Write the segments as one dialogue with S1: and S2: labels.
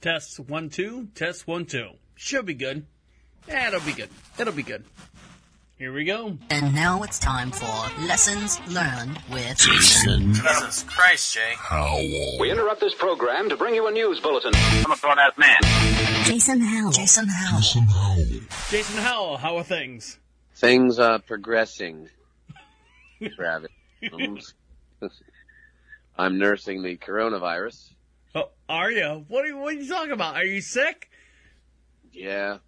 S1: Test one, two, test one, two. Should be good. Yeah, it'll be good. It'll be good. Here we go.
S2: And now it's time for lessons learned with
S3: Jason
S4: Jesus Christ, Jay.
S3: Howell.
S5: We interrupt this program to bring you a news bulletin.
S4: I'm a grown ass man.
S2: Jason Howell. Jason Howell.
S3: Jason Howell.
S1: Jason Howell, how are things?
S6: Things are progressing, Travis. I'm nursing the coronavirus.
S1: Oh, are you? What are you, what are you talking about? Are you sick?
S6: Yeah.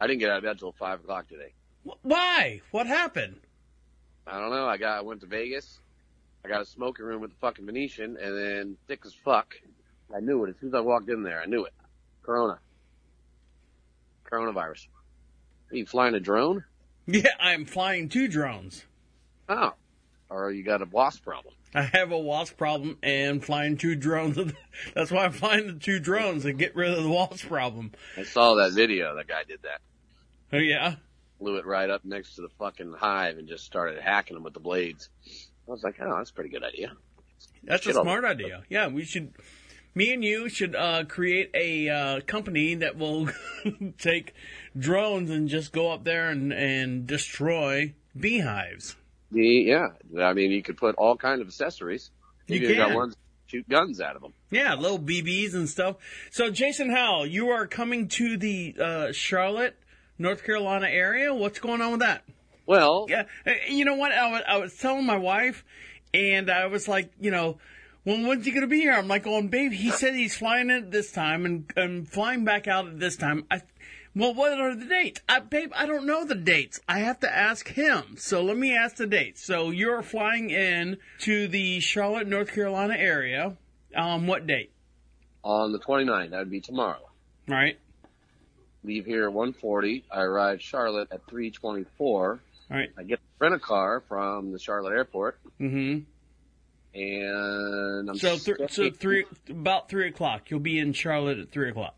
S6: I didn't get out of bed till five o'clock today.
S1: Wh- Why? What happened?
S6: I don't know. I got I went to Vegas. I got a smoking room with the fucking Venetian, and then thick as fuck. I knew it as soon as I walked in there. I knew it. Corona. Coronavirus. Are you flying a drone?
S1: Yeah, I'm flying two drones.
S6: Oh. Or you got a wasp problem?
S1: I have a wasp problem and flying two drones. That's why I'm flying the two drones to get rid of the wasp problem.
S6: I saw that video. That guy did that.
S1: Oh, yeah?
S6: Blew it right up next to the fucking hive and just started hacking them with the blades. I was like, oh, that's a pretty good idea.
S1: That's a
S6: Get on
S1: smart idea. Yeah, we should. Me and you should uh, create a uh, company that will take drones and just go up there and, and destroy beehives.
S6: The, yeah, I mean, you could put all kind of accessories.
S1: You
S6: could have
S1: can.
S6: got ones that shoot guns out of them.
S1: Yeah, little BBs and stuff. So, Jason Howell, you are coming to the uh, Charlotte, North Carolina area. What's going on with that?
S6: Well,
S1: Yeah, uh, you know what? I was, I was telling my wife, and I was like, you know, well, when's he gonna be here? I'm like, going, babe, he said he's flying in at this time and and flying back out at this time. I, well, what are the dates, I, babe? I don't know the dates. I have to ask him. So let me ask the dates. So you're flying in to the Charlotte, North Carolina area. Um, what date?
S6: on the 29th, that would be tomorrow.
S1: All right,
S6: Leave here at 140. I arrive Charlotte at 324.
S1: all right.
S6: I get rent a car from the Charlotte airport,
S1: Mm-hmm.
S6: and I'm
S1: So, th- so
S6: staying-
S1: three about three o'clock. You'll be in Charlotte at three o'clock.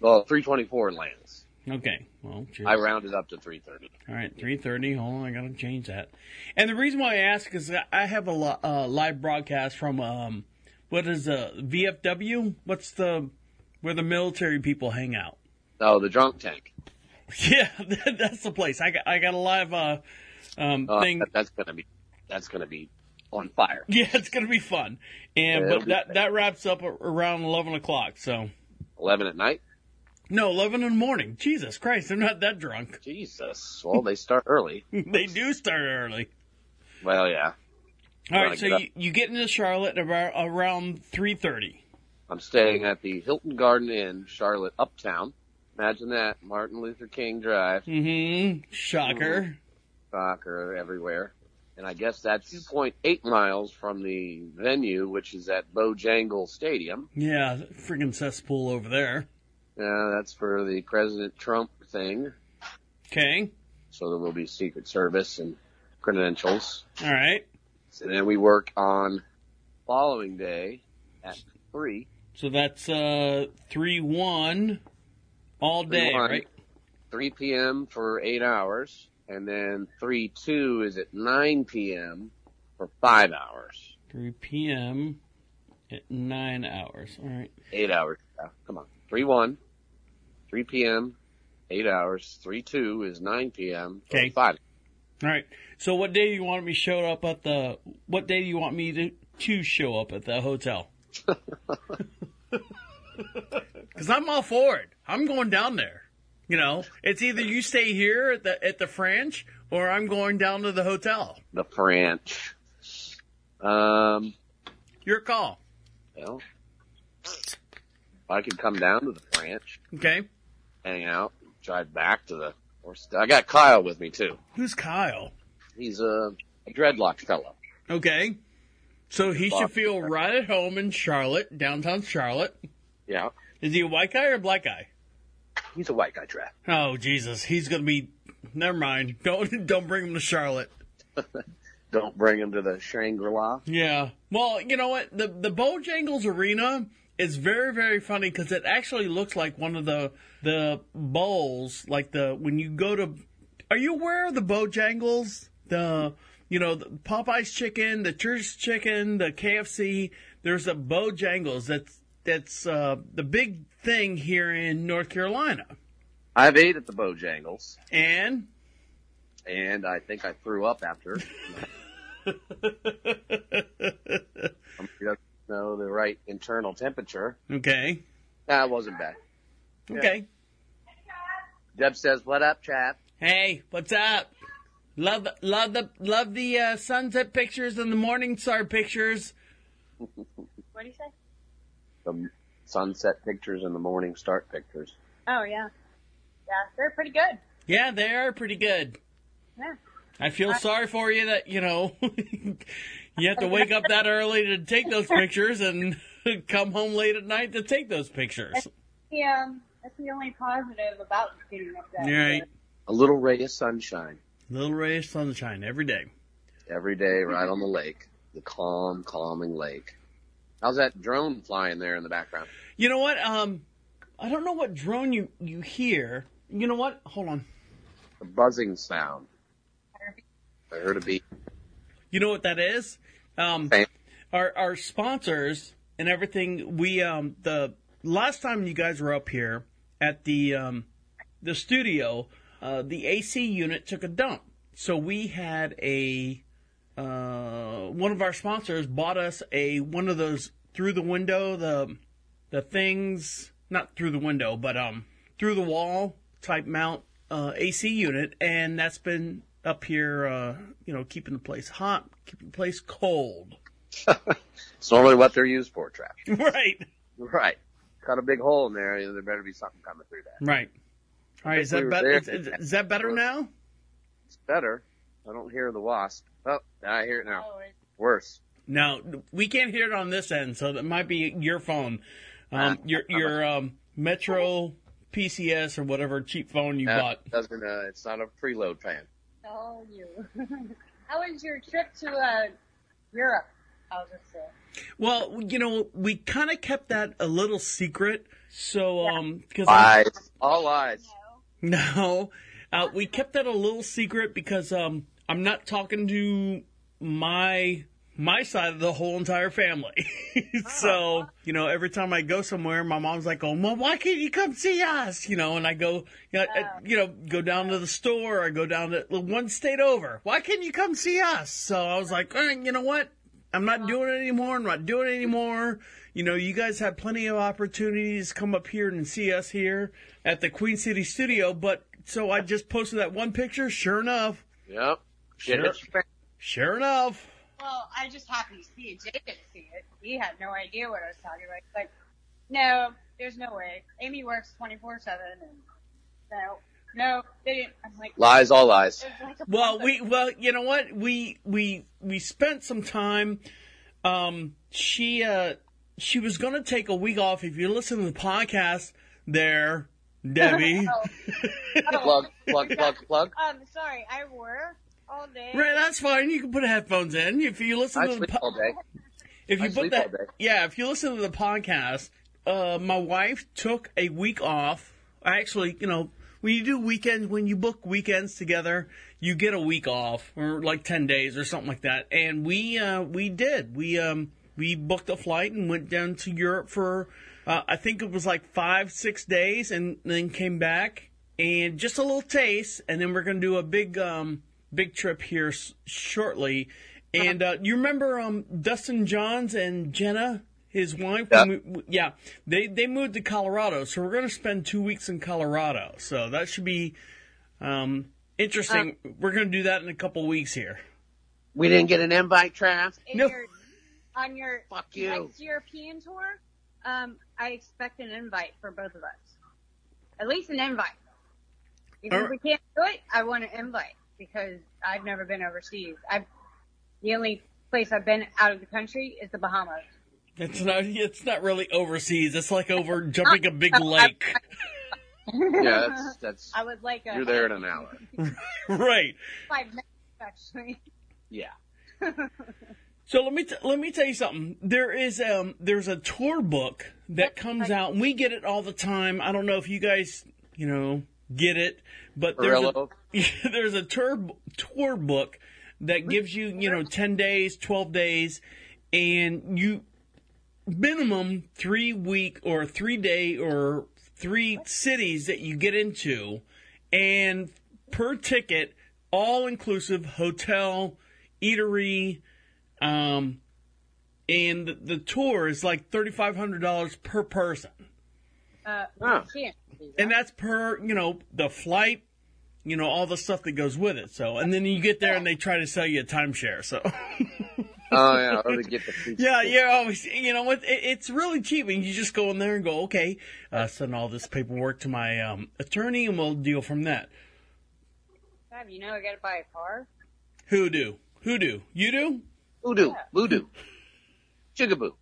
S6: Well, 324 lands.
S1: Okay. Well, cheers.
S6: I rounded up to 330.
S1: All right, three thirty. Hold on, I gotta change that. And the reason why I ask is that I have a li- uh, live broadcast from um, what is uh, VFW? What's the where the military people hang out?
S6: Oh, the drunk tank.
S1: Yeah, that, that's the place. I got I got a live uh, um,
S6: Uh,
S1: thing.
S6: that- that's gonna be that's gonna be on fire.
S1: Yeah, it's gonna be fun. And
S6: Yeah, it'll
S1: but
S6: be
S1: that
S6: fun.
S1: that wraps up ar- around eleven o'clock. So
S6: 11 at night.
S1: no, eleven in the morning. Jesus Christ, they're not that drunk.
S6: Jesus. Well, they start early.
S1: they do start early.
S6: Well, yeah.
S1: All
S6: Gotta
S1: right, so
S6: get up.
S1: you, you get into Charlotte about around three thirty.
S6: I'm staying at the Hilton Garden Inn, Charlotte Uptown. Imagine that. Martin Luther King Drive,
S1: Mm-hmm. Shocker.
S6: soccer everywhere. And I guess that's 2.8 miles from the venue, which is at Bojangle Stadium.
S1: Yeah, that friggin' cesspool over there.
S6: Uh, that's for the President Trump thing.
S1: Okay.
S6: So there will be Secret Service and credentials.
S1: All right.
S6: And then we work on following day at 3.
S1: So that's uh three one all day,
S6: 3-1,
S1: right?
S6: 3 p.m. for eight hours, and then 3 2 is at 9 p.m. for five hours.
S1: Three p.m. at nine hours. All right.
S6: Eight hours. Yeah, Come on. 3 1, 3 p.m., eight hours. 3 2 is 9 p.m. for
S1: Okay.
S6: five.
S1: All right. So what day do you want me to show up at the? What day do you want me to to show up at the hotel? Because I'm all for it. I'm going down there. You know, it's either you stay here at the at the French or I'm going down to the hotel.
S6: The French. Um,
S1: Your call.
S6: well, I could come down to the French,
S1: Okay.
S6: hang out, drive back to the. Or I got Kyle with me too.
S1: Who's Kyle?
S6: He's a, a dreadlock fellow.
S1: Okay. So he should
S6: Boston.
S1: feel right at home in Charlotte, downtown Charlotte.
S6: Yeah.
S1: Is he a white guy or a black guy?
S6: He's a white guy, Trav.
S1: Oh Jesus, he's gonna be. Never mind. Don't don't bring him to Charlotte.
S6: don't bring him to the Shangri La.
S1: Yeah. Well, you know what? The the Bojangles Arena is very very funny because it actually looks like one of the the bowls, like the when you go to. Are you aware of the Bojangles? The you know the Popeyes chicken, the church chicken, the KFC. There's a Bojangles that's that's uh, the big thing here in North Carolina.
S6: I've ate at the Bojangles,
S1: And
S6: and I think I threw up after. I don't know the right internal temperature.
S1: okay,
S6: That wasn't bad.
S1: okay.
S6: Deb says, "What up, chap?"
S1: Hey, what's up? Love, love the love the uh, sunset pictures and the morning star pictures.
S3: What do you say?
S6: The sunset pictures and the morning start pictures.
S3: Oh yeah, yeah, they're pretty good.
S1: Yeah, they are pretty good.
S3: Yeah,
S1: I feel sorry for you that you know you have to wake up that early to take those pictures and come home late at night to take those pictures.
S3: the, um, that's the only positive about getting up that.
S1: Right,
S6: A little ray of sunshine
S1: little ray of sunshine every day.
S6: every day, right on the lake, the calm, calming lake. How's that drone flying there in the background?
S1: You know what? Um, I don't know what drone you you hear. You know what? Hold on.
S6: A buzzing sound. I heard a beep.
S1: You know what that is? Um,
S6: Fan-
S1: our our sponsors and everything. We um the last time you guys were up here at the um the studio, uh, the AC unit took a dump, so we had a uh one of our sponsors bought us a one of those through the window the the things not through the window but um through the wall type mount uh, AC unit and that's been up here uh you know keeping the place hot keeping the place cold
S6: It's normally what they're used for, Trash.
S1: right
S6: Right. Cut a big hole in there. There better be something coming through that.
S1: Right. All right. Is
S6: we
S1: that
S6: were
S1: better?
S6: there.
S1: Is, is, is that better now?
S6: It's better. I don't hear the wasp. Oh, now I hear it now. Worse.
S1: No, we can't hear it on this end, so that might be your phone,
S6: Ah,
S1: um, your
S6: uh-huh.
S1: your um, Metro PCS or whatever cheap phone you
S6: No,
S1: bought.
S6: it doesn't. Uh, it's not a preload fan.
S3: Oh, you. How was your trip to uh, Europe? I was just saying.
S1: Well, you know, we kind of kept that a little secret, so um, because
S6: Lies. All lies.
S1: No, uh, we kept that a little secret because um, I'm not talking to my my side of the whole entire family. so you know, every time I go somewhere, my mom's like, "Oh, well, why can't you come see us?" You know, and I go, you know, I- you know, go down to the store, I go down to well, one state over. Why can't you come see us? So I was like, "Eh, you know what? I'm not doing it anymore. I'm not doing it anymore. You know, you guys have plenty of opportunities to come up here and see us here at the Queen City studio. But so I just posted that one picture. Sure enough,
S6: Yep. Shit
S1: Sure.
S6: hits your fan.
S1: sure enough.
S3: Well, I just happened to see it. Jay didn't see it. He had no idea what I was talking about. He's like, no, there's no way. Amy works 24 7. and No, no, they didn't. I'm like,
S6: Lies. All lies.
S3: it was like a
S1: Well, we well, you know what? We we we spent some time. Um, she uh she was gonna take a week off. If you listen to the podcast, there, Debbie.
S3: Oh,
S6: Plug. Plug. Plug. Plug.
S3: um, sorry, I work all day.
S1: Right, that's fine. You can put headphones in if you listen
S6: I
S1: to the
S6: sleep
S1: po-
S6: all day.
S1: If you
S6: I
S1: put
S6: sleep
S1: that,
S6: all day.
S1: yeah, if you listen to the podcast, uh, my wife took a week off. I actually, you know, when you do weekends, when you book weekends together, you get a week off or like 10 days or something like that. And we, uh, we did. We, um, we booked a flight and went down to Europe for, uh, I think it was like five, six days and then came back and just a little taste. And then we're going to do a big, um, big trip here s- shortly. And uh, you remember um, Dustin Johns and Jenna, his wife?
S6: Yeah.
S1: When we- yeah. They they moved to Colorado, so we're going to spend two weeks in Colorado. So that should be um, interesting. we're going to do that in a couple weeks here.
S6: We didn't get an invite, Trav.
S3: In
S1: No.
S3: your, on your
S6: Fuck you.
S3: next European tour, um, I expect an invite for both of us. At least an invite. Even if
S1: Alright.
S3: we can't do it, I want an invite because I've never been overseas. I've the only place I've been out of the country is the Bahamas.
S1: It's not it's not really overseas. It's like over jumping a big lake,
S6: Yeah, that's that's.
S3: I would like a
S6: You're there in an hour.
S1: right?
S3: five minutes actually.
S6: Yeah.
S1: So let me t- let me tell you something. There is um there's a tour book that comes out. and We get it all the time. I don't know if you guys you know get it, but there's a,
S6: Perillo.
S1: there's a tour tour book that gives you you know ten days, twelve days, and you minimum three week or three day or three cities that you get into, and per ticket, all inclusive hotel, eatery, um, and the, the tour is like thirty five hundred dollars per person,
S3: Uh,
S6: Huh.
S3: you can't do that.
S1: and that's per you know the flight. You know all the stuff that goes with it. So, and then you get there and they try to sell you a timeshare. So,
S6: Oh yeah, I already get the free
S1: Yeah,
S6: ticket.
S1: you're always, you know, it, it- it's really cheap, and you just go in there and go, okay, uh, send all this paperwork to my um, attorney, and we'll deal from that.
S3: Fab, you know I gotta buy a car.
S1: Who do? Who do? You do?
S6: Voodoo, voodoo, jigaboo.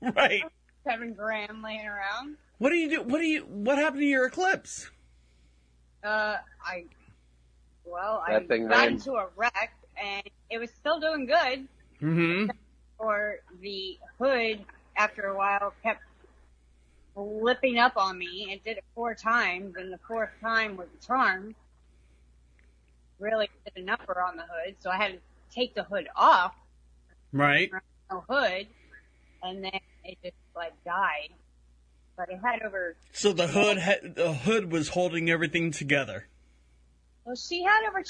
S1: Right.
S3: Seven grand laying around.
S1: What do you do? What do you? What happened to your eclipse?
S3: Uh, I, well, I
S6: That thing
S3: got
S6: ran-
S3: into a wreck and it was still doing good.
S1: Mm-hmm.
S3: Or the hood, after a while, kept flipping up on me and did it four times, and the fourth time was a charm. Really did a number on the hood, so I had to take the hood off,
S1: Right.
S3: no hood, and then it just like died. But it had over
S1: So the hood, ha- the hood was holding everything together.
S3: Well, she had over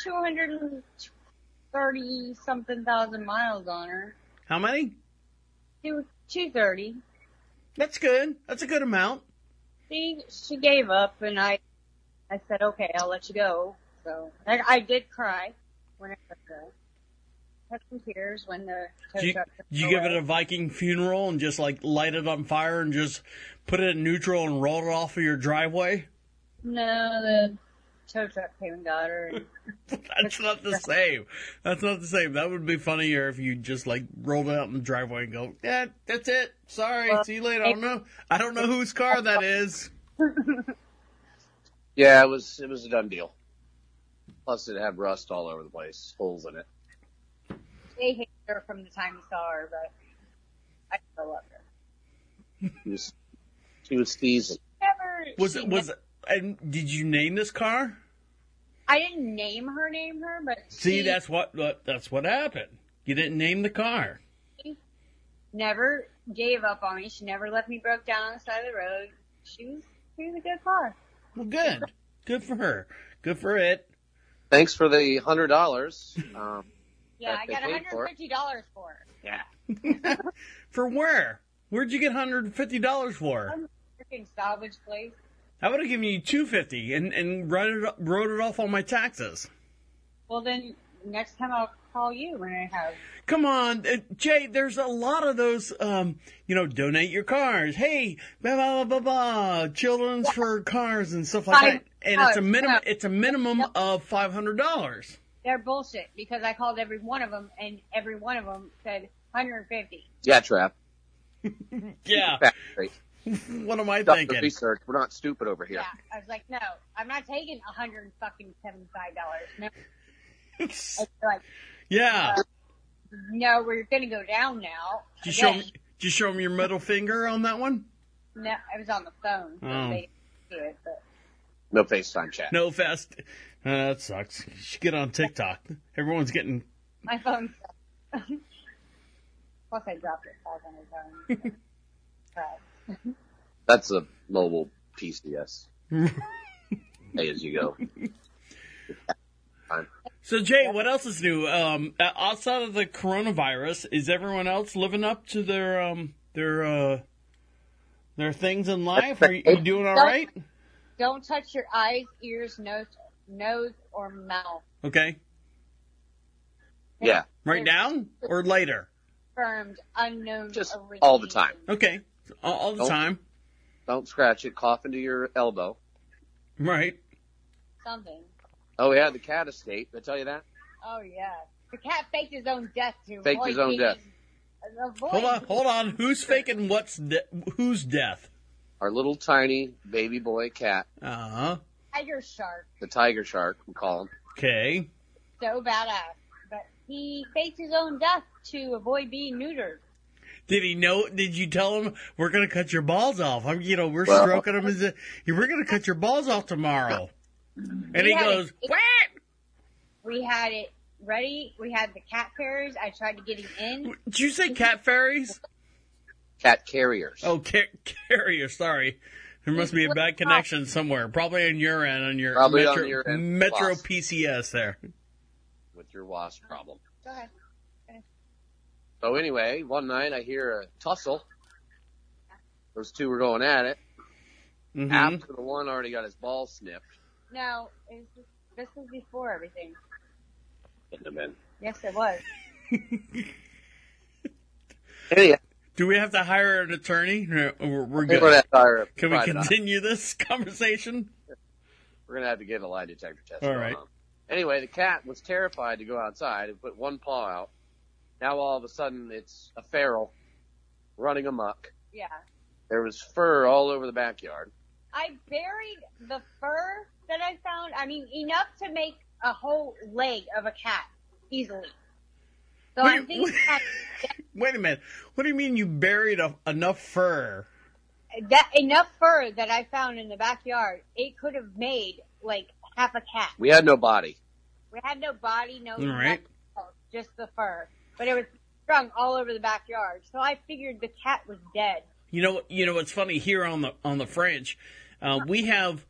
S3: 230 something thousand miles on her.
S1: How many?
S3: Two, 230.
S1: That's good. That's a good amount.
S3: She, she gave up and I, I said, okay, I'll let you go. So, and I did cry when I took her. Had some tears when the tow
S1: Do you,
S3: truck
S1: do you
S3: took
S1: give
S3: her
S1: it a
S3: away.
S1: Viking funeral and just like light it on fire and just put it in neutral and roll it off of your driveway?
S3: No, the tow truck came and got her. And,
S1: That's not the same. That's not the same. That would be funnier if you just like rolled out in the driveway and go, "Yeah, that's it. Sorry,
S3: Well,
S1: see you later." I don't know. I don't know whose car that is.
S6: Yeah, it was it was a done deal. Plus, it had rust all over the place, holes in it.
S3: they hated her from the time he saw her, but I still love her.
S6: She was, she was seasoned.
S3: Never,
S1: Was
S3: she
S1: it was? And did you name this car?
S3: I didn't name her, name her, but
S1: See,
S3: she
S1: that's what what- that's what happened. You didn't name the car.
S3: never gave up on me. She never left me broke down on the side of the road. She was she was a good car.
S1: Well, good. Good for her. Good for it.
S6: Thanks for the hundred dollars. Um,
S3: Yeah,
S6: That
S3: I
S6: they
S3: got
S6: paid
S3: one hundred
S6: for
S3: and
S6: it.
S3: fifty dollars for
S6: yeah,
S3: her.
S1: For where? Where'd you get hundred and fifty dollars for?
S3: Um, Freaking salvage place.
S1: I would have given you two fifty and and wrote it wrote it off on my taxes.
S3: Well, then next time I'll call you when I have.
S1: Come on, uh, Jay. There's a lot of those. Um, you know, donate your cars. Hey, blah blah blah blah. blah children's for cars and stuff like
S3: Five-
S1: that. And it's a
S3: oh,
S1: minimum.
S3: yeah.
S1: It's a minimum of five hundred dollars.
S3: They're bullshit because I called every one of them and every one of them said hundred and fifty.
S6: yeah, trap.
S1: Yeah.
S6: Fact straight.
S1: What am I
S6: Dr.
S1: thinking?
S6: Research. We're not stupid over here.
S3: Yeah. I was like, no, I'm not taking a hundred and fucking seventy five dollars. No, And they're like,
S1: Yeah.
S3: no, we're gonna go down now.
S1: Did you show
S3: Again.
S1: me? Did you show me your middle finger on that one?
S3: No, I was on the phone. So
S1: Oh.
S3: they didn't do it, but
S6: No FaceTime chat.
S1: No fast. Uh, that sucks. You should get on TikTok. Everyone's getting.
S3: My phone sucks. Plus, I dropped it five hundred times. But
S6: That's a mobile PCS. Pay as you go. Fine.
S1: So Jay, what else is new? Um, uh, outside of the coronavirus, is everyone else living up to their um their uh their things in life? Are you, you doing all right?
S3: don't touch your eyes, ears, nose, nose, or mouth.
S1: Okay,
S6: Yeah,
S1: right now or later?
S3: Confirmed unknown.
S6: Just
S3: origin.
S6: all the time.
S1: Okay, all, all the
S6: Nope.
S1: time,
S6: don't scratch it. Cough into your elbow.
S1: right?
S3: Something.
S6: Oh yeah, the cat escape. Did I tell you that?
S3: Oh yeah. The cat faked his own death to
S6: Faked
S3: avoid
S6: his own
S3: being-
S6: death.
S3: Avoid
S1: Hold on, hold on. Who's faking what's de- whose death?
S6: Our little tiny baby boy cat,
S1: Uh huh.
S3: tiger shark.
S6: the tiger shark, we call him.
S1: Okay.
S3: So badass, but he faked his own death to avoid being neutered.
S1: Did he know? Did you tell him we're gonna cut your balls off? I'm, you know, we're
S6: Well-
S1: stroking him as a, we're gonna cut your balls off tomorrow. And he
S3: Yeah.
S1: goes, "What?"
S3: We had it ready. We had the cat fairies. I tried to get him in.
S1: Did you say cat fairies?
S6: cat carriers.
S1: Oh, car- carrier. Sorry, there must be a bad connection somewhere. Probably on your end, on your
S6: Probably on
S1: Metro,
S6: your end.
S1: Metro
S6: Lost.
S1: PCS there.
S6: with your wasp problem.
S3: Go ahead.
S6: So anyway, one night I hear a tussle. Those two were going at it.
S1: Mhm.
S6: After the one already got his ball snipped.
S3: No, it was just, this was before everything.
S6: Couldn't have been.
S3: Yes, it was.
S6: Anyhow,
S1: Do we have to hire an attorney? No, We're, we're
S6: we're gonna
S1: good.
S6: have to hire a
S1: Can we
S6: private eye.
S1: continue this conversation?
S6: We're gonna have to get a lie detector test.
S1: All
S6: going
S1: right.
S6: on. Anyway, the cat was terrified to go outside and put one paw out. Now all of a sudden it's a feral running amok.
S3: Yeah.
S6: There was fur all over the backyard.
S3: I buried the fur that I found. I mean, enough to make a whole leg of a cat easily. So I
S1: Wait,
S3: think
S1: wait.
S3: that,
S1: Wait a minute. What do you mean you buried a, enough fur?
S3: that enough fur that I found in the backyard, it could have made like half a cat.
S6: We had no body.
S3: We had no body, no
S1: All right.
S3: nothing else, just the fur. But it was strung all over the backyard. So I figured the cat was dead.
S1: You know, you know. It's funny here on the on the French, uh, we have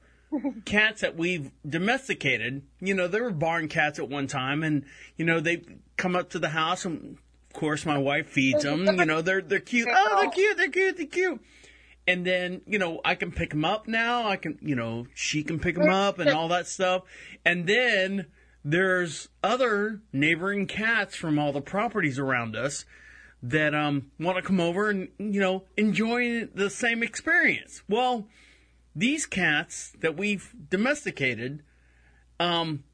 S1: cats that we've domesticated. You know, they were barn cats at one time, and you know they come up to the house, and of course my wife feeds them. You know, they're they're cute. Oh, they're cute. They're cute. They're cute. And then you know I can pick them up now. I can you know she can pick them up and all that stuff. And then there's other neighboring cats from all the properties around us that um want to come over and you know enjoy the same experience. Well, these cats that we've domesticated um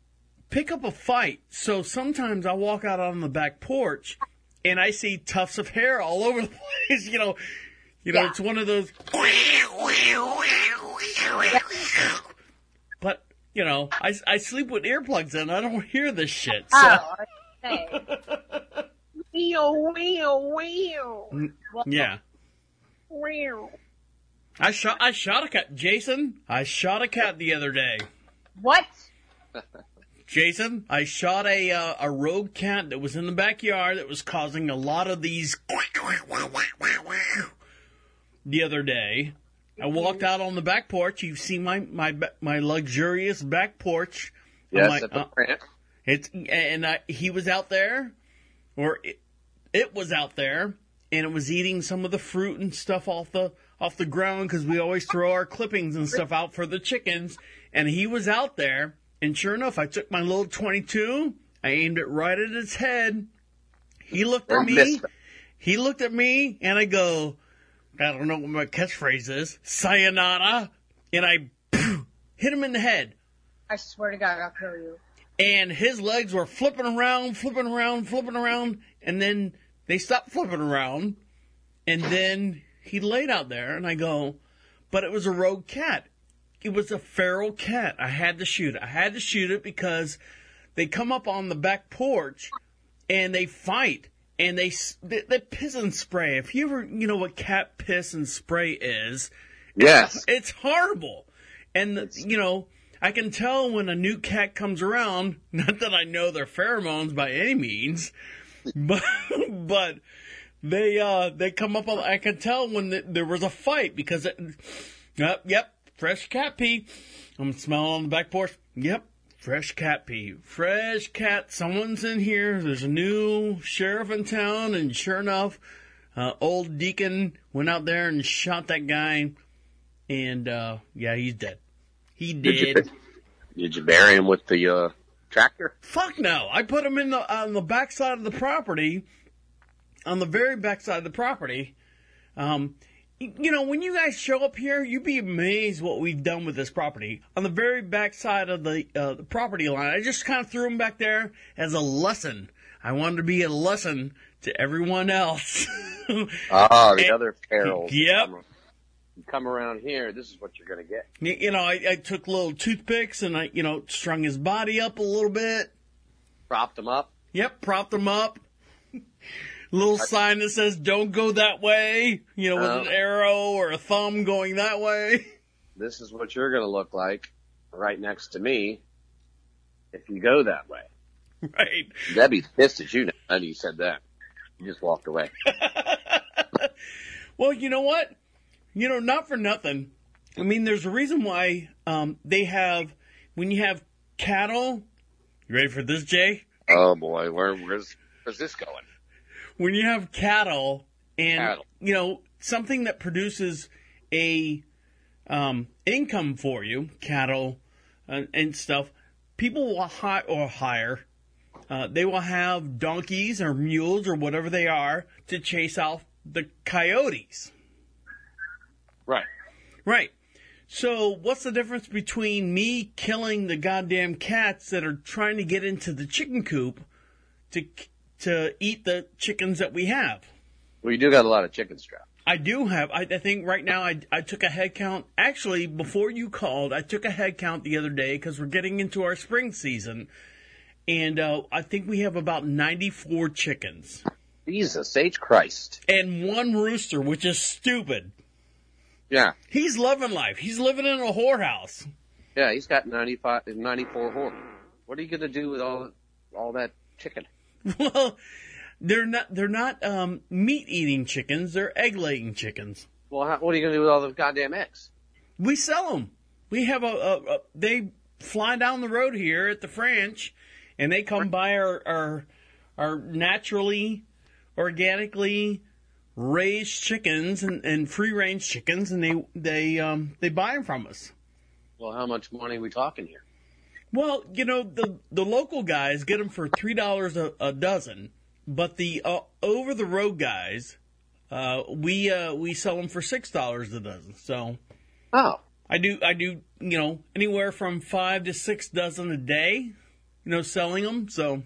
S1: pick up a fight. So sometimes I walk out on the back porch and I see tufts of hair all over the place, you know. You know,
S3: Yeah.
S1: it's one of those but you know, I, I sleep with earplugs in. I don't hear this shit. So.
S3: Oh, I was gonna say. Wheel, wheel, wheel.
S1: Yeah.
S3: Wheel.
S1: I shot. I shot a cat, Jason. I shot a cat the other day,
S3: What?
S1: Jason. I shot a uh, a rogue cat that was in the backyard that was causing a lot of these the other day. I walked out on the back porch. You've seen my my ba- my luxurious back porch. I'm
S6: Yes,
S1: like,
S6: at the
S1: uh,
S6: plant.
S1: It's and I, he was out there, or it, it was out there, and it was eating some of the fruit and stuff off the off the ground because we always throw our clippings and stuff out for the chickens. And he was out there, and sure enough, I took my little twenty two. I aimed it right at its head. He looked
S6: Or
S1: at me.
S6: missed him.
S1: He looked at me, and I go, I don't know what my catchphrase is, sayonara, and I hit him in the head
S3: I swear to God, I'll kill you.
S1: and his legs were flipping around, flipping around, flipping around, and then they stopped flipping around, and then he laid out there, and I go, but it was a rogue cat. It was a feral cat. I had to shoot it. I had to shoot it because they come up on the back porch and they fight and they s- they, they piss and spray. If you ever you know what cat piss and spray is,
S6: Yes.
S1: it's horrible. And you know, I can tell when a new cat comes around. Not that I know their pheromones by any means, but but they uh they come up. On, I can tell when th there was a fight because it, yep yep fresh cat pee. I'm smelling on the back porch. Yep. Fresh cat pee. Fresh cat. Someone's in here. There's a new sheriff in town, and sure enough, uh, old Deacon went out there and shot that guy and uh, yeah, he's dead. He did.
S6: Did you bury him with the uh, tractor?
S1: Fuck no! I put him in the on the backside of the property, on the very backside of the property. Um, y- you know, when you guys show up here, you'd be amazed what we've done with this property. On the very backside of the uh, the property line, I just kind of threw him back there as a lesson. I wanted to be a lesson to everyone else.
S6: Ah, the other perils.
S1: Yep.
S6: You come around here, this is what you're going to get.
S1: Y- you know, I, I took little toothpicks and I, you know, strung his body up a little bit.
S6: Propped him up.
S1: Yep, propped him up. Little sign that says "Don't go that way," you know, with
S6: Oh.
S1: an arrow or a thumb going that way.
S6: This is what you're going to look like right next to me if you go that way.
S1: Right.
S6: Debbie's pissed at you now that you said that. You just walked away.
S1: Well, you know what? You know, not for nothing. I mean, there's a reason why um, they have when you have cattle. You ready for this, Jay?
S6: Oh boy, where where's where's this going?
S1: When you have cattle and
S6: Cattle.
S1: you know something that produces a um, income for you, cattle and, and stuff, people will hire or hire. Uh, they will have donkeys or mules or whatever they are to chase off the coyotes.
S6: Right.
S1: Right. So, what's the difference between me killing the goddamn cats that are trying to get into the chicken coop to to eat the chickens that we have?
S6: Well, you do got a lot of chicken strap.
S1: I do have. I, I think right now I, I took a head count. Actually, before you called, I took a head count the other day because we're getting into our spring season, and uh, I think we have about ninety four chickens
S6: Jesus H Christ.
S1: and one rooster, which is stupid.
S6: Yeah.
S1: He's loving life. He's living in a whorehouse.
S6: Yeah, he's got 95, 94 horns. What are you going to do with all all that chicken?
S1: Well, they're not they're not um, meat eating chickens. They're egg laying chickens.
S6: Well, how, what are you going to do with all the goddamn eggs?
S1: We sell them. We have a, a, a they fly down the road here at the French, and they come by our our, our naturally, organically raised chickens and, and free range chickens, and they they um, they buy them from us.
S6: Well, how much money are we talking here?
S1: Well, you know the the local guys get them for three dollars a dozen, but the uh, over the road guys, uh, we uh, we sell them for six dollars a dozen. So
S6: Oh,
S1: I do I do you know anywhere from five to six dozen a day, you know, selling them. So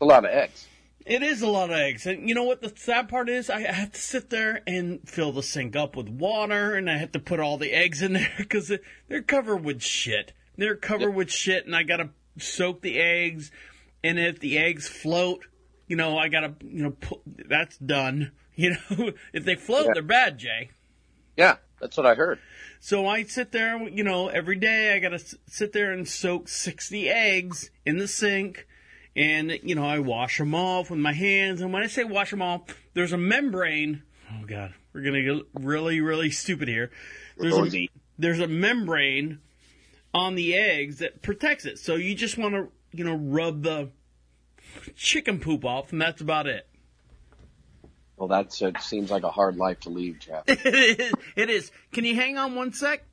S6: a lot of eggs.
S1: it is a lot of eggs, and you know what the sad part is? I have to sit there and fill the sink up with water, and I have to put all the eggs in there because they're covered with shit. They're covered with shit, and I gotta soak the eggs, and if the eggs float, you know, I gotta you know pu- that's done. You know, if they float, they're bad, Jay.
S6: Yeah, that's what I heard.
S1: So I sit there, you know, every day I gotta s- sit there and soak 60 eggs in the sink. And, you know, I wash them off with my hands. And when I say wash them off, there's a membrane. Oh God, we're gonna get really, really stupid here. There's
S6: Oh,
S1: a,
S6: gee.
S1: there's a membrane on the eggs that protects it. So you just wanna, you know, rub the chicken poop off and that's about it.
S6: Well, that uh, seems like a hard life to leave, Jeff.
S1: it is. Can you hang on one sec?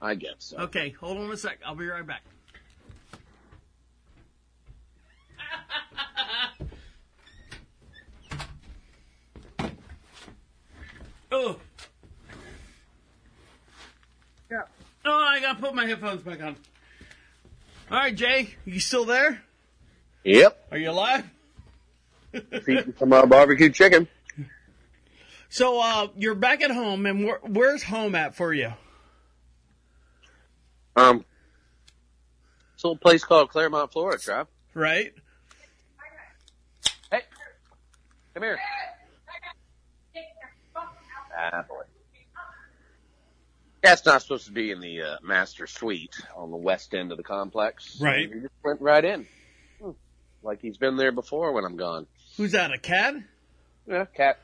S6: I guess so.
S1: Okay, hold on a sec. I'll be right back. oh.
S3: Yeah.
S1: Oh, I gotta put my headphones back on. All right, Jay, you still there?
S6: Yep.
S1: Are you alive?
S6: Feeding some uh, barbecue chicken.
S1: So, uh, you're back at home, and where, where's home at for you?
S6: Um, this little place called Claremont, Florida, Trav.
S1: Right?
S6: Hey, come here. Ah, boy. That's not supposed to be in the uh, master suite on the west end of the complex.
S1: Right.
S6: He just went right in. Hmm. Like he's been there before when I'm gone.
S1: Who's that, a cat?
S6: Yeah, cat.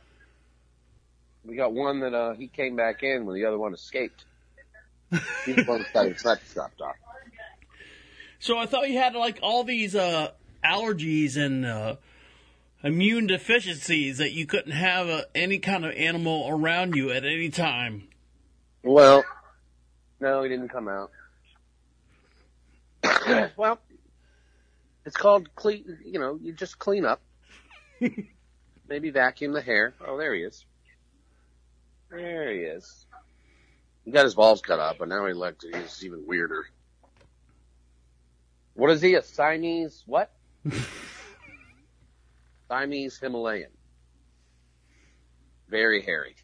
S6: We got one that uh, he came back in when the other one escaped. He's the one that's got his nuts dropped off.
S1: So I thought you had like all these uh, allergies and uh, immune deficiencies that you couldn't have uh, any kind of animal around you at any time.
S6: Well, no, he didn't come out. well, it's called clean. You know, you just clean up. Maybe vacuum the hair. Oh, there he is. There he is. He got his balls cut off, but now he looked. He's even weirder. What is he? A Siamese what? Siamese Himalayan. Very hairy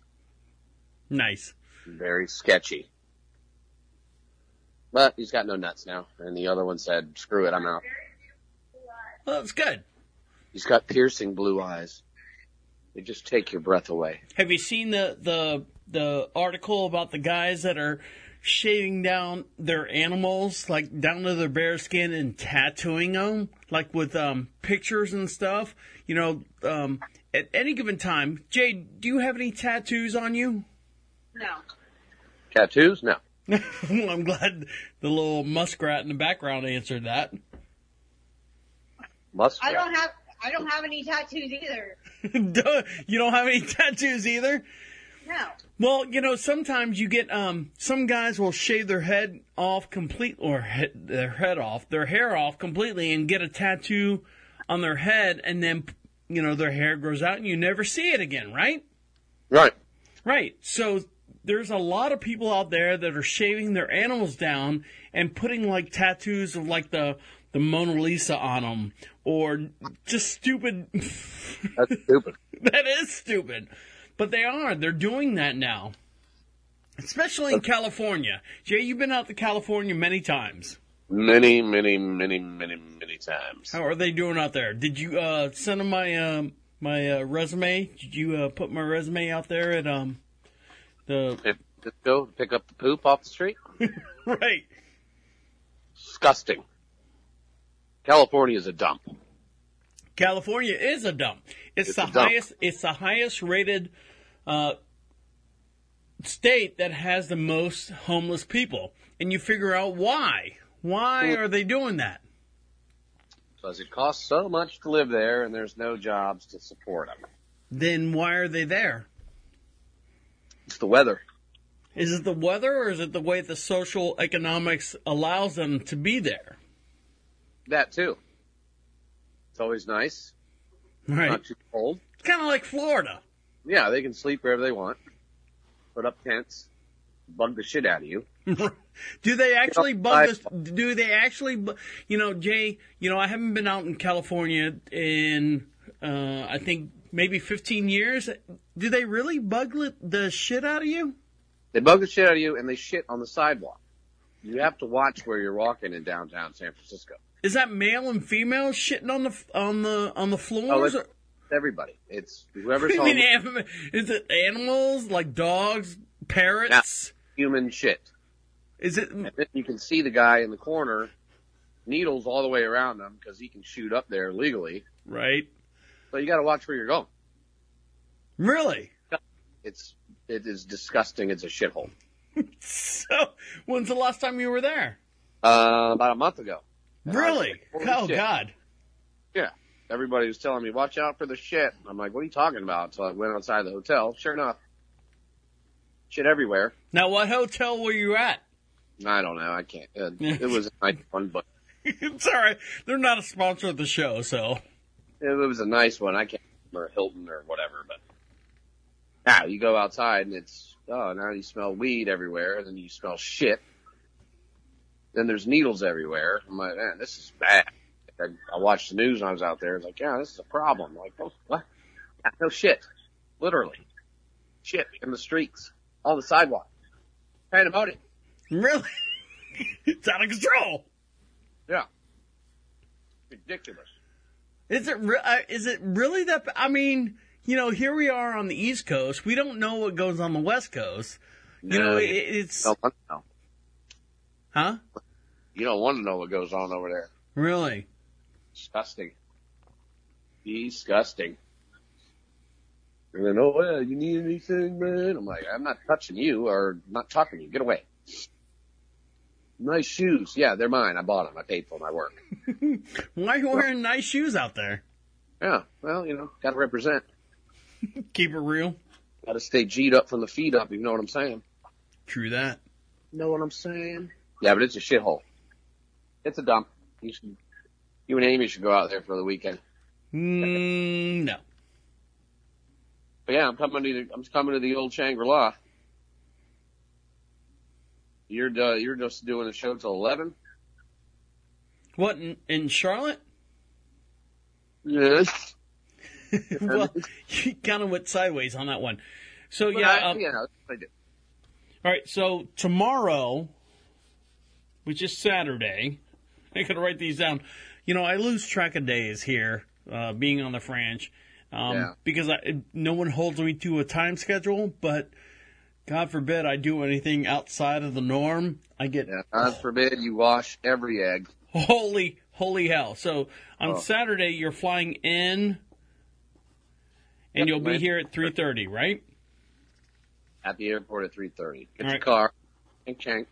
S1: Nice.
S6: very sketchy. But he's got no nuts now, and the other one said, "Screw it, I'm out."
S1: Well, that's good.
S6: He's got piercing blue eyes. They just take your breath away.
S1: Have you seen the the the article about the guys that are shaving down their animals like down to their bare skin and tattooing them like with um pictures and stuff you know um at any given time, Jade, do you have any tattoos on you?
S3: No.
S6: Tattoos? No.
S1: well, I'm glad the little muskrat in the background answered that.
S6: Must.
S3: I don't have I don't have any tattoos either.
S1: Duh, you don't have any tattoos either?
S3: No.
S1: Well, you know, sometimes you get um some guys will shave their head off complete or he- their head off, their hair off completely and get a tattoo on their head and then you know, their hair grows out and you never see it again, right?
S6: Right.
S1: Right. So there's a lot of people out there that are shaving their animals down and putting like tattoos of like the the Mona Lisa on them or just stupid
S6: That's stupid.
S1: that is stupid. But they are. They're doing that now. Especially in California. Jay, you've been out to California many times.
S6: Many, many, many, many, many times.
S1: How are they doing out there? Did you uh, send them my um, my uh, resume? Did you uh, put my resume out there at um the
S6: If, just go pick up the poop off the street.
S1: right?
S6: Disgusting. California is a dump.
S1: California is a dump. It's,
S6: It's
S1: the
S6: a dump.
S1: highest. It's the highest rated uh, state that has the most homeless people, and you figure out why. Why are they doing that?
S6: Because it costs so much to live there, and there's no jobs to support them.
S1: Then why are they there?
S6: It's the weather.
S1: Is it the weather, or is it the way the social economics allows them to be there?
S6: That too. It's always nice.
S1: Right.
S6: Not too cold.
S1: It's kind of like Florida.
S6: Yeah, they can sleep wherever they want. Put up tents. Bug the shit out of you.
S1: Do they actually
S6: Yeah,
S1: bug
S6: I-
S1: us? Do they actually, bu- you know, Jay? You know, I haven't been out in California in, uh, I think maybe 15 years. Do they really bug li- the shit out of you?
S6: They bug the shit out of you, and they shit on the sidewalk. You have to watch where you're walking in downtown San Francisco.
S1: Is that male and female shitting on the f- on the on the
S6: Oh,
S1: floors?
S6: it's,
S1: or,
S6: it's everybody. It's whoever's
S1: I
S6: home.
S1: mean, anim- is it animals like dogs, parrots?
S6: Human shit.
S1: Is it
S6: Then you can see the guy in the corner, needles all the way around him because he can shoot up there legally.
S1: right?
S6: So you got to watch where you're going.
S1: Really?
S6: It's it is disgusting. It's a shithole.
S1: So, when's the last time you were there?
S6: Uh, about a month ago,
S1: Really?
S6: Holy
S1: Oh
S6: shit.
S1: God!
S6: yeah, everybody was telling me watch out for the shit. I'm like, what are you talking about? So I went outside the hotel. Sure enough, shit everywhere.
S1: Now, what hotel were you at?
S6: I don't know. I can't. Uh, it was a nice one, but
S1: It's all right. They're not a sponsor of the show, so
S6: it was a nice one. I can't remember Hilton or whatever, but now you go outside and it's oh now you smell weed everywhere and then you smell shit. Then there's needles everywhere. I'm like, man, this is bad. I, I watched the news when I was out there. It's like, yeah, this is a problem. like, oh, what? Yeah, no shit. Literally. Shit in the streets, on the sidewalk. Pandemonium.
S1: really, it's out of control.
S6: Yeah. Ridiculous.
S1: Is it? Re- I- is it really that? I mean, you know, here we are on the East Coast. We don't know what goes on the West Coast. You know,
S6: No.
S1: it, it's
S6: No, no.
S1: huh?
S6: You don't want to know what goes on over there.
S1: Really?
S6: Disgusting. Disgusting. And then, oh, well, you need anything, man? I'm like, I'm not touching you or not talking to you. Get away. Nice shoes. Yeah, they're mine. I bought them. I paid for them. I work.
S1: Why are you wearing nice shoes out there?
S6: Yeah, well, you know, gotta represent.
S1: Keep it real.
S6: Gotta stay G'd up from the feet up. You know what I'm saying?
S1: True that.
S6: Know what I'm saying? Yeah, but it's a shithole. It's a dump. You should, you and Amy should go out there for the weekend.
S1: Mm, no.
S6: But yeah, I'm coming to the, I'm coming to the old Shangri La. You're uh, you're just doing a show till eleven.
S1: What in, in Charlotte?
S6: Yes.
S1: well, you kind of went sideways on that one. So
S6: But
S1: yeah,
S6: I,
S1: um,
S6: yeah, that's what I do.
S1: All right, so tomorrow, which is Saturday, I gotta write these down. You know, I lose track of days here, uh, being on the French, um,
S6: Yeah.
S1: because I, no one holds me to a time schedule. But God forbid I do anything outside of the norm, I get
S6: Yeah, God forbid you wash every egg.
S1: holy,
S6: Oh.
S1: holy hell. So on Saturday, you're flying in,
S6: Yep,
S1: and you'll be
S6: right.
S1: here at three thirty, right?
S6: At the airport at 3.30. Get
S1: All
S6: your
S1: right.
S6: car. Chank, chank.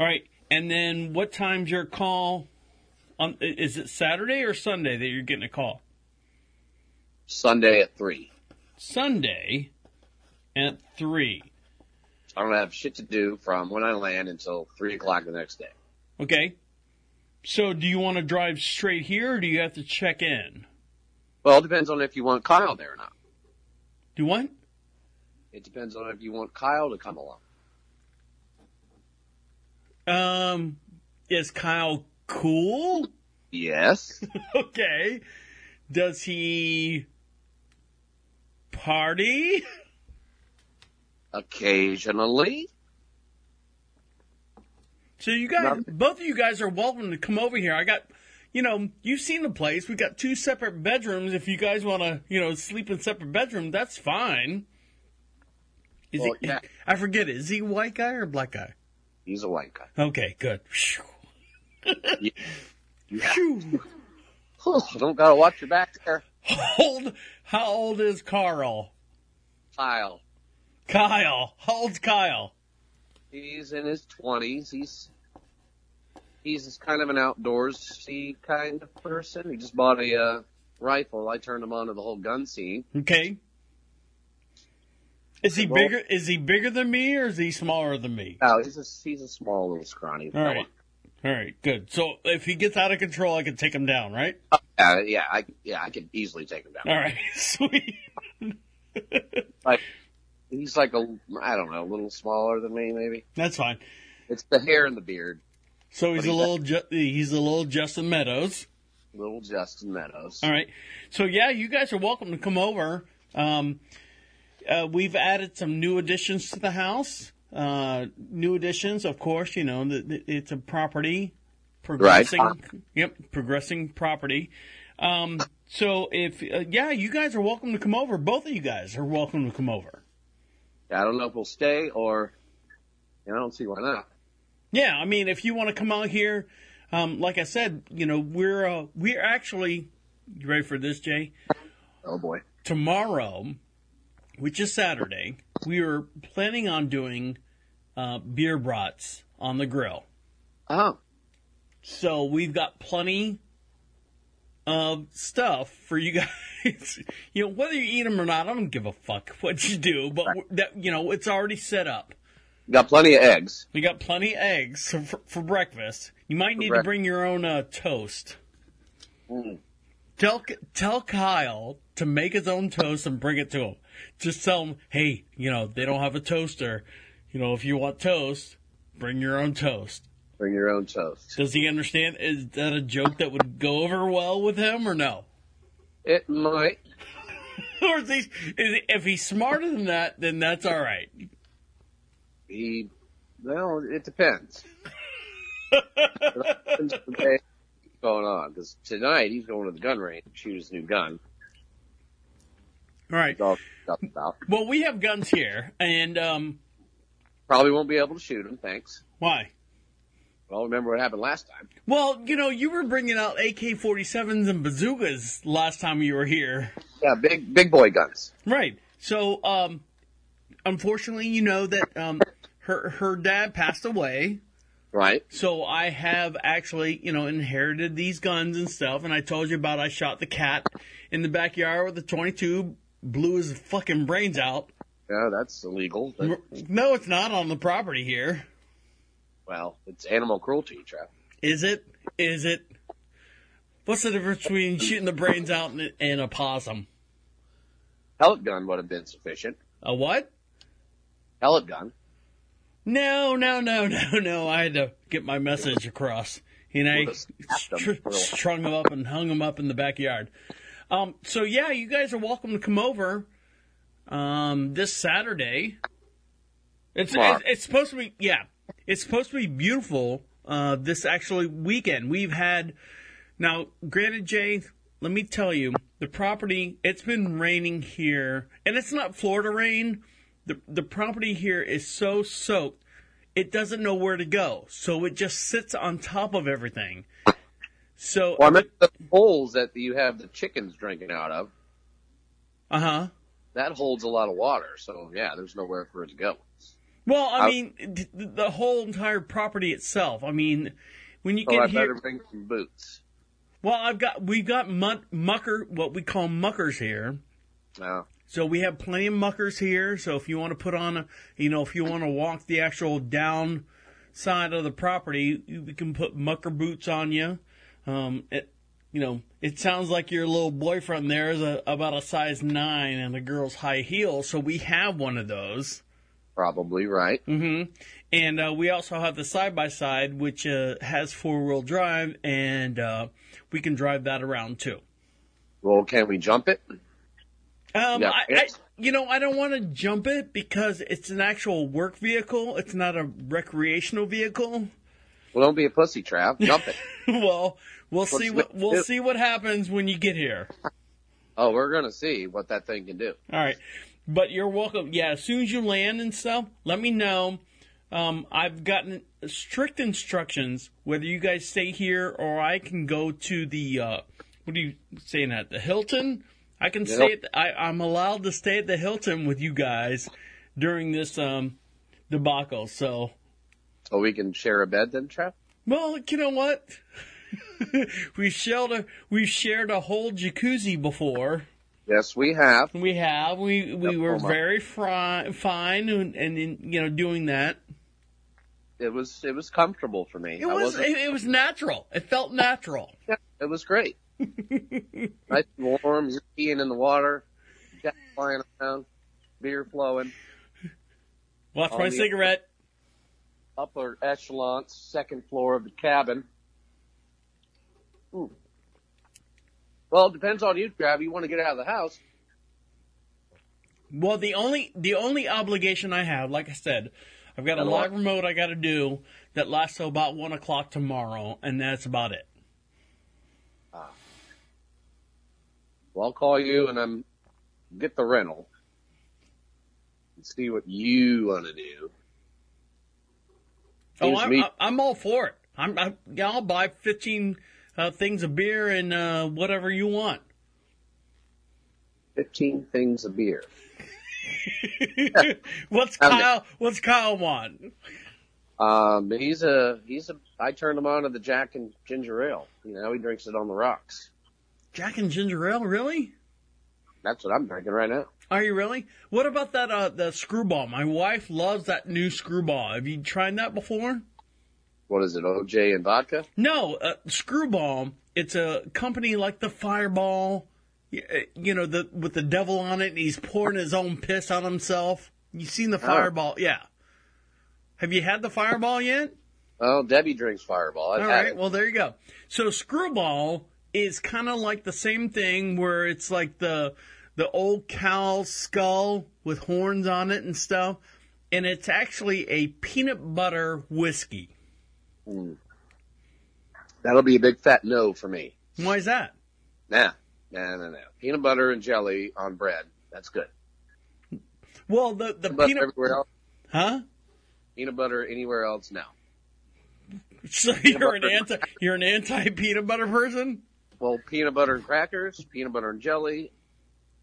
S1: All right. And then what time's your call? On i- is it Saturday or Sunday that you're getting a call?
S6: Sunday at 3.
S1: Sunday at three.
S6: I don't have shit to do from when I land until 3 o'clock the next day.
S1: Okay. So do you want to drive straight here, or do you have to check in?
S6: Well, it depends on if you want Kyle there or not.
S1: Do what?
S6: It depends on if you want Kyle to come along.
S1: Um, is Kyle cool?
S6: Yes.
S1: Okay. Does he party?
S6: Occasionally.
S1: So you guys,
S6: Not-
S1: both of you guys are welcome to come over here. I got, you know, you've seen the place. We got two separate bedrooms. If you guys want to, you know, sleep in separate bedrooms, that's fine. Is
S6: Well,
S1: he?
S6: yeah.
S1: I forget. Is he white guy or black guy?
S6: He's a white guy.
S1: Okay, good. Phew.
S6: Yeah.
S1: Phew.
S6: don't gotta watch your back there.
S1: How old? How old is Carl?
S6: Kyle.
S1: Kyle. How old's Kyle?
S6: He's in his twenties. He's he's kind of an outdoorsy kind of person. He just bought a uh, rifle. I turned him on to the whole gun scene.
S1: Okay. Is he
S6: Well-
S1: bigger? Is he bigger than me, or is he smaller than me?
S6: Oh, he's a he's a small little scrawny.
S1: All
S6: fella.
S1: right. All right, good. So if he gets out of control, I can take him down, right?
S6: Uh, yeah, I yeah I could easily take him down.
S1: All right, sweet.
S6: Like he's like a I don't know a little smaller than me maybe.
S1: That's fine.
S6: It's the hair and the beard.
S1: So he's a
S6: What is
S1: little ju- he's a little Justin Meadows.
S6: Little Justin Meadows.
S1: All right. So yeah, you guys are welcome to come over. Um, uh, we've added some new additions to the house. Uh, new additions, of course. You know, the, the, it's a property progressing. Yep, progressing property. Um, so if uh, yeah, you guys are welcome to come over. Both of you guys are welcome to come over.
S6: I don't know if we'll stay or you know, I don't see why not.
S1: Yeah, I mean, if you want to come out here, um, like I said, you know, we're uh, we're actually you ready for this, Jay?
S6: Oh boy.
S1: Tomorrow, which is Saturday, we are planning on doing uh, beer brats on the grill.
S6: Oh.
S1: So we've got plenty of stuff for you guys. you know, whether you eat them or not, I don't give a fuck what you do. But we're- that you know, it's already set up.
S6: Got plenty of eggs.
S1: We got plenty of eggs for, for breakfast. You might need to
S6: breakfast.
S1: bring your own uh, toast. Tell tell Kyle to make his own toast and bring it to him. Just tell him, hey, you know they don't have a toaster. You know if you want toast, bring your own toast.
S6: Bring your own toast.
S1: Does he understand? Is that a joke that would go over well with him or no?
S6: It might.
S1: or is he, is, if he's smarter than that, then that's all right.
S6: be. Well, it depends. Depends on the day going on because tonight he's going to the gun range to shoot his new gun.
S1: All right.
S6: He's all up about.
S1: Well, we have guns here, and um,
S6: Probably won't be able to shoot him. Thanks.
S1: why?
S6: Well, remember what happened last time.
S1: Well, you know, you were bringing out AK 47s and bazookas last time you were here.
S6: Yeah, big big boy guns.
S1: Right. So, um, unfortunately, you know that um, her, her dad passed away.
S6: Right.
S1: So I have actually, you know, inherited these guns and stuff. And I told you about I shot the cat in the backyard with a 22, blew his fucking brains out.
S6: Yeah, that's illegal.
S1: Mm-hmm.
S6: But,
S1: No, it's not on the property here.
S6: well, it's animal cruelty, Trap.
S1: Is it? Is it? What's the difference between shooting the brains out and, and a possum?
S6: Pellet gun would have been sufficient.
S1: A what?
S6: Pellet gun.
S1: No, no, no, no, no. I had to get my message across. And I
S6: Would've snapped 'em
S1: str-
S6: for a while.
S1: strung him up and hung him up in the backyard. Um, so yeah, you guys are welcome to come over um, this Saturday. It's,
S6: Tomorrow.
S1: it's it's supposed to be yeah, it's supposed to be beautiful. Uh, this actually weekend we've had. Now, granted, Jay, let me tell you, the property it's been raining here, and it's not Florida rain. The the property here is so soaked it doesn't know where to go, so it just sits on top of everything. So
S6: Well, I meant the holes that you have the chickens drinking out of.
S1: Uh huh.
S6: That holds a lot of water, so yeah, there's nowhere for it to go.
S1: Well, I,
S6: I-
S1: mean, th- th- the whole entire property itself. I mean, when you
S6: So
S1: get
S6: I
S1: here,
S6: better bring some boots.
S1: well, I've got we've got mud, mucker, what we call muckers here.
S6: No.
S1: So we have plenty of muckers here. So if you want to put on a, you know, if you want to walk the actual down side of the property, you, we can put mucker boots on you. Um, it, you know, it sounds like your little boyfriend there is a, about a size nine and a girl's high heel. So we have one of those.
S6: Probably right.
S1: And uh, we also have the side by side, which uh, has four wheel drive, and uh, we can drive that around too.
S6: Well, can we jump it?
S1: Um,
S6: Yeah.
S1: I, I, you know, I don't want to jump it because it's an actual work vehicle. It's not a recreational vehicle.
S6: Well, don't be a pussy, Trav. Jump it.
S1: well, we'll see
S6: Let's
S1: what
S6: wait.
S1: we'll see what happens when you get here.
S6: oh, we're gonna see what that thing can do.
S1: All right, but you're welcome. Yeah, as soon as you land and stuff, let me know. Um, I've gotten strict instructions whether you guys stay here or I can go to the uh, what are you saying at the Hilton. I can stay. At the, I, I'm allowed to stay at the Hilton with you guys during this um, debacle. So,
S6: So we can share a bed then, Trav?
S1: well, you know what? we shared a we shared a whole jacuzzi before.
S6: Yes, we have.
S1: We have. We we
S6: Yep,
S1: were
S6: Omar.
S1: very fri- fine and, and in, you know doing that.
S6: It was it was comfortable for me.
S1: It
S6: I
S1: was
S6: wasn't-
S1: it, it was natural. It felt natural.
S6: Yeah, it was great. nice and warm, you're peeing in the water, jet flying around, beer flowing,
S1: Watch
S6: Oh,
S1: my
S6: yeah.
S1: cigarette.
S6: upper echelon, second floor of the cabin. Ooh. Well, it depends on you, Trav. You want to get out of the house.
S1: Well, the only the only obligation I have, like I said, I've got a
S6: Gotta watch.
S1: live remote I got to do that lasts till about one o'clock tomorrow, and that's about it.
S6: Well, I'll call you and I'm get the rental and see what you want to do.
S1: Oh,
S6: Seems
S1: I'm,
S6: me-
S1: I, I'm all for it. I'm I, yeah, I'll buy fifteen uh, things of beer and uh, whatever you want.
S6: 15 things of beer.
S1: What's
S6: Sounds good.
S1: Kyle? What's Kyle want?
S6: Um, he's a, he's a, I turned him on to the Jack and ginger ale. You know, he drinks it on the rocks.
S1: Jack and ginger ale, really?
S6: That's what I'm drinking right now.
S1: Are you really? What about that uh the screwball? My wife loves that new screwball. Have you tried that before?
S6: What is it? OJ and vodka?
S1: No, uh, screwball. It's a company like the Fireball. y- uh, You know the with the devil on it, and he's pouring his own piss on himself. You seen the Fireball? Yeah. Have you had the Fireball yet?
S6: Oh, Debbie drinks Fireball. I've
S1: All
S6: had
S1: right.
S6: it.
S1: Well, there you go. So screwball is kind of like the same thing where it's like the the old cow skull with horns on it and stuff, and it's actually a peanut butter whiskey.
S6: That'll be a big fat no for me.
S1: Why is that?
S6: Nah, nah, nah, nah. Peanut butter and jelly on bread. That's good.
S1: Well, the the
S6: But
S1: peanut
S6: everywhere else,
S1: huh?
S6: peanut butter anywhere else, no.
S1: So you're an anti you're an anti peanut butter person.
S6: Well, peanut butter and crackers, peanut butter and jelly,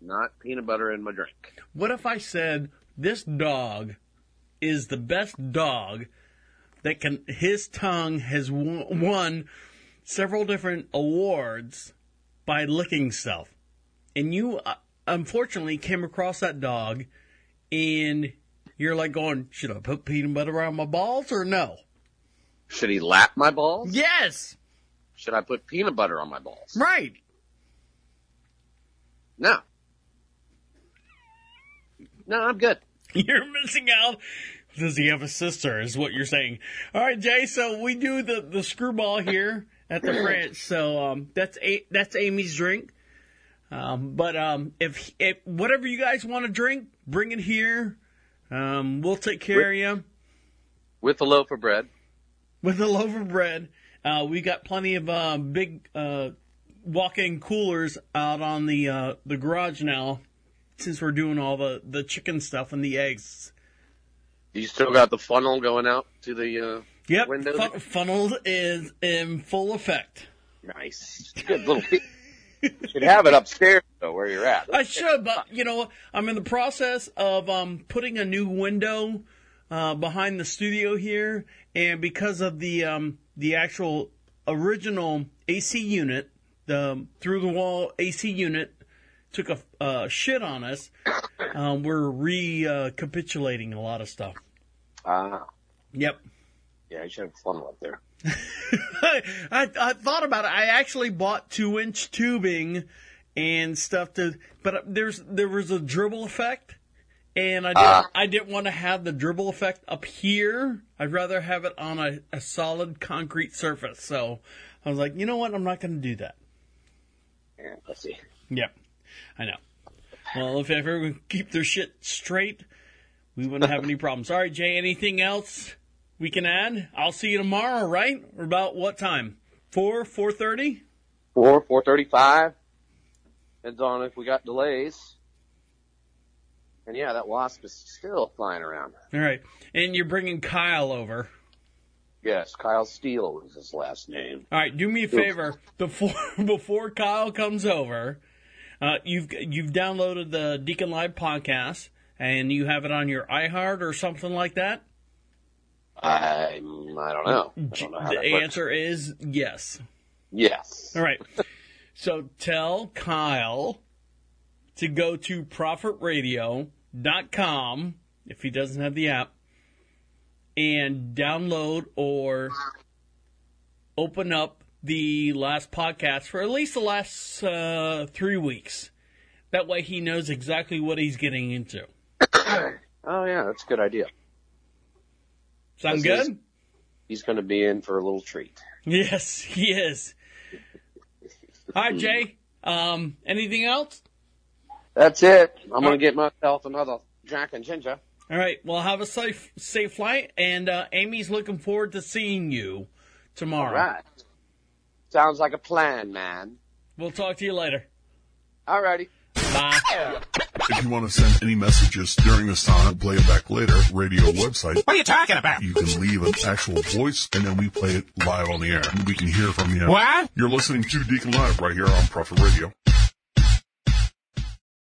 S6: not peanut butter in my drink.
S1: What if I said this dog is the best dog that can his tongue has won, won several different awards by licking stuff. And you uh, unfortunately came across that dog and you're like going, should I put peanut butter on my balls or no?
S6: Should he lap my balls?
S1: Yes,
S6: Should I put peanut butter on my balls?
S1: right.
S6: No. No, I'm good.
S1: You're missing out. Does he have a sister? Is what you're saying. All right, Jay. So we do the the screwball here at the ranch. So um, that's a that's Amy's drink. Um, but um, if, if whatever you guys want to drink, bring it here. Um, we'll take care of you
S6: With a loaf of bread.
S1: with a loaf of bread. Uh, we got plenty of uh, big uh, walk-in coolers out on the uh, the garage now, since we're doing all the the chicken stuff and the eggs.
S6: You still got the funnel going out to the, uh,
S1: Yep,
S6: window.
S1: fun- funneled is in full effect.
S6: nice. Good little, fe- Should have it upstairs though, where you're at.
S1: I should, but you know, I'm in the process of um, putting a new window uh, behind the studio here, and because of the um, the actual original AC unit, the through the wall AC unit took a uh, shit on us. Um, we're recapitulating a lot of stuff.
S6: Ah,
S1: Yep.
S6: yeah, you should have a funnel up there.
S1: I, I thought about it. I actually bought two inch tubing and stuff to, but there's there was a dribble effect, and I didn't,
S6: Ah.
S1: I didn't want to have the dribble effect up here. I'd rather have it on a, a solid concrete surface. So I was like, you know what? I'm not going to do that.
S6: Yeah, let's see.
S1: Yep, I know. Well, if everyone could keep their shit straight, we wouldn't have any problems. All right, Jay. Anything else we can add? I'll see you tomorrow, right? Or about what time? Four, four thirty.
S6: Four, four thirty-five. Depends on if we got delays. And yeah, that wasp is still flying around.
S1: All right. And you're bringing Kyle over.
S6: Yes, Kyle Steele was his last name.
S1: All right. Do me a favor before before Kyle comes over. Uh, you've you've downloaded the Deacon Live podcast and you have it on your iHeart or something like that.
S6: I, I don't know. I don't know how
S1: The
S6: that works.
S1: answer is yes.
S6: Yes.
S1: All right. So tell Kyle to go to profitradio.com if he doesn't have the app and download or open up the last podcast for at least the last uh, three weeks. That way he knows exactly what he's getting into.
S6: Oh yeah, that's a good idea.
S1: Sound
S6: That's
S1: good?
S6: He's going to be in for a little treat.
S1: Yes, he is. All right, Jay. Um, anything else?
S6: That's it. I'm going to get myself another Jack and Ginger.
S1: All right. Well, have a safe safe flight, and uh, Amy's looking forward to seeing you tomorrow.
S6: All right. Sounds like a plan, man.
S1: We'll talk to you later.
S6: All righty.
S1: Bye.
S7: If you want to send any messages during this time, we'll play it back later, radio website.
S4: What are you talking about?
S7: You can leave an actual voice and then we play it live on the air. We can hear from you.
S4: What?
S7: You're listening to Deacon Live right here on Prophet Radio.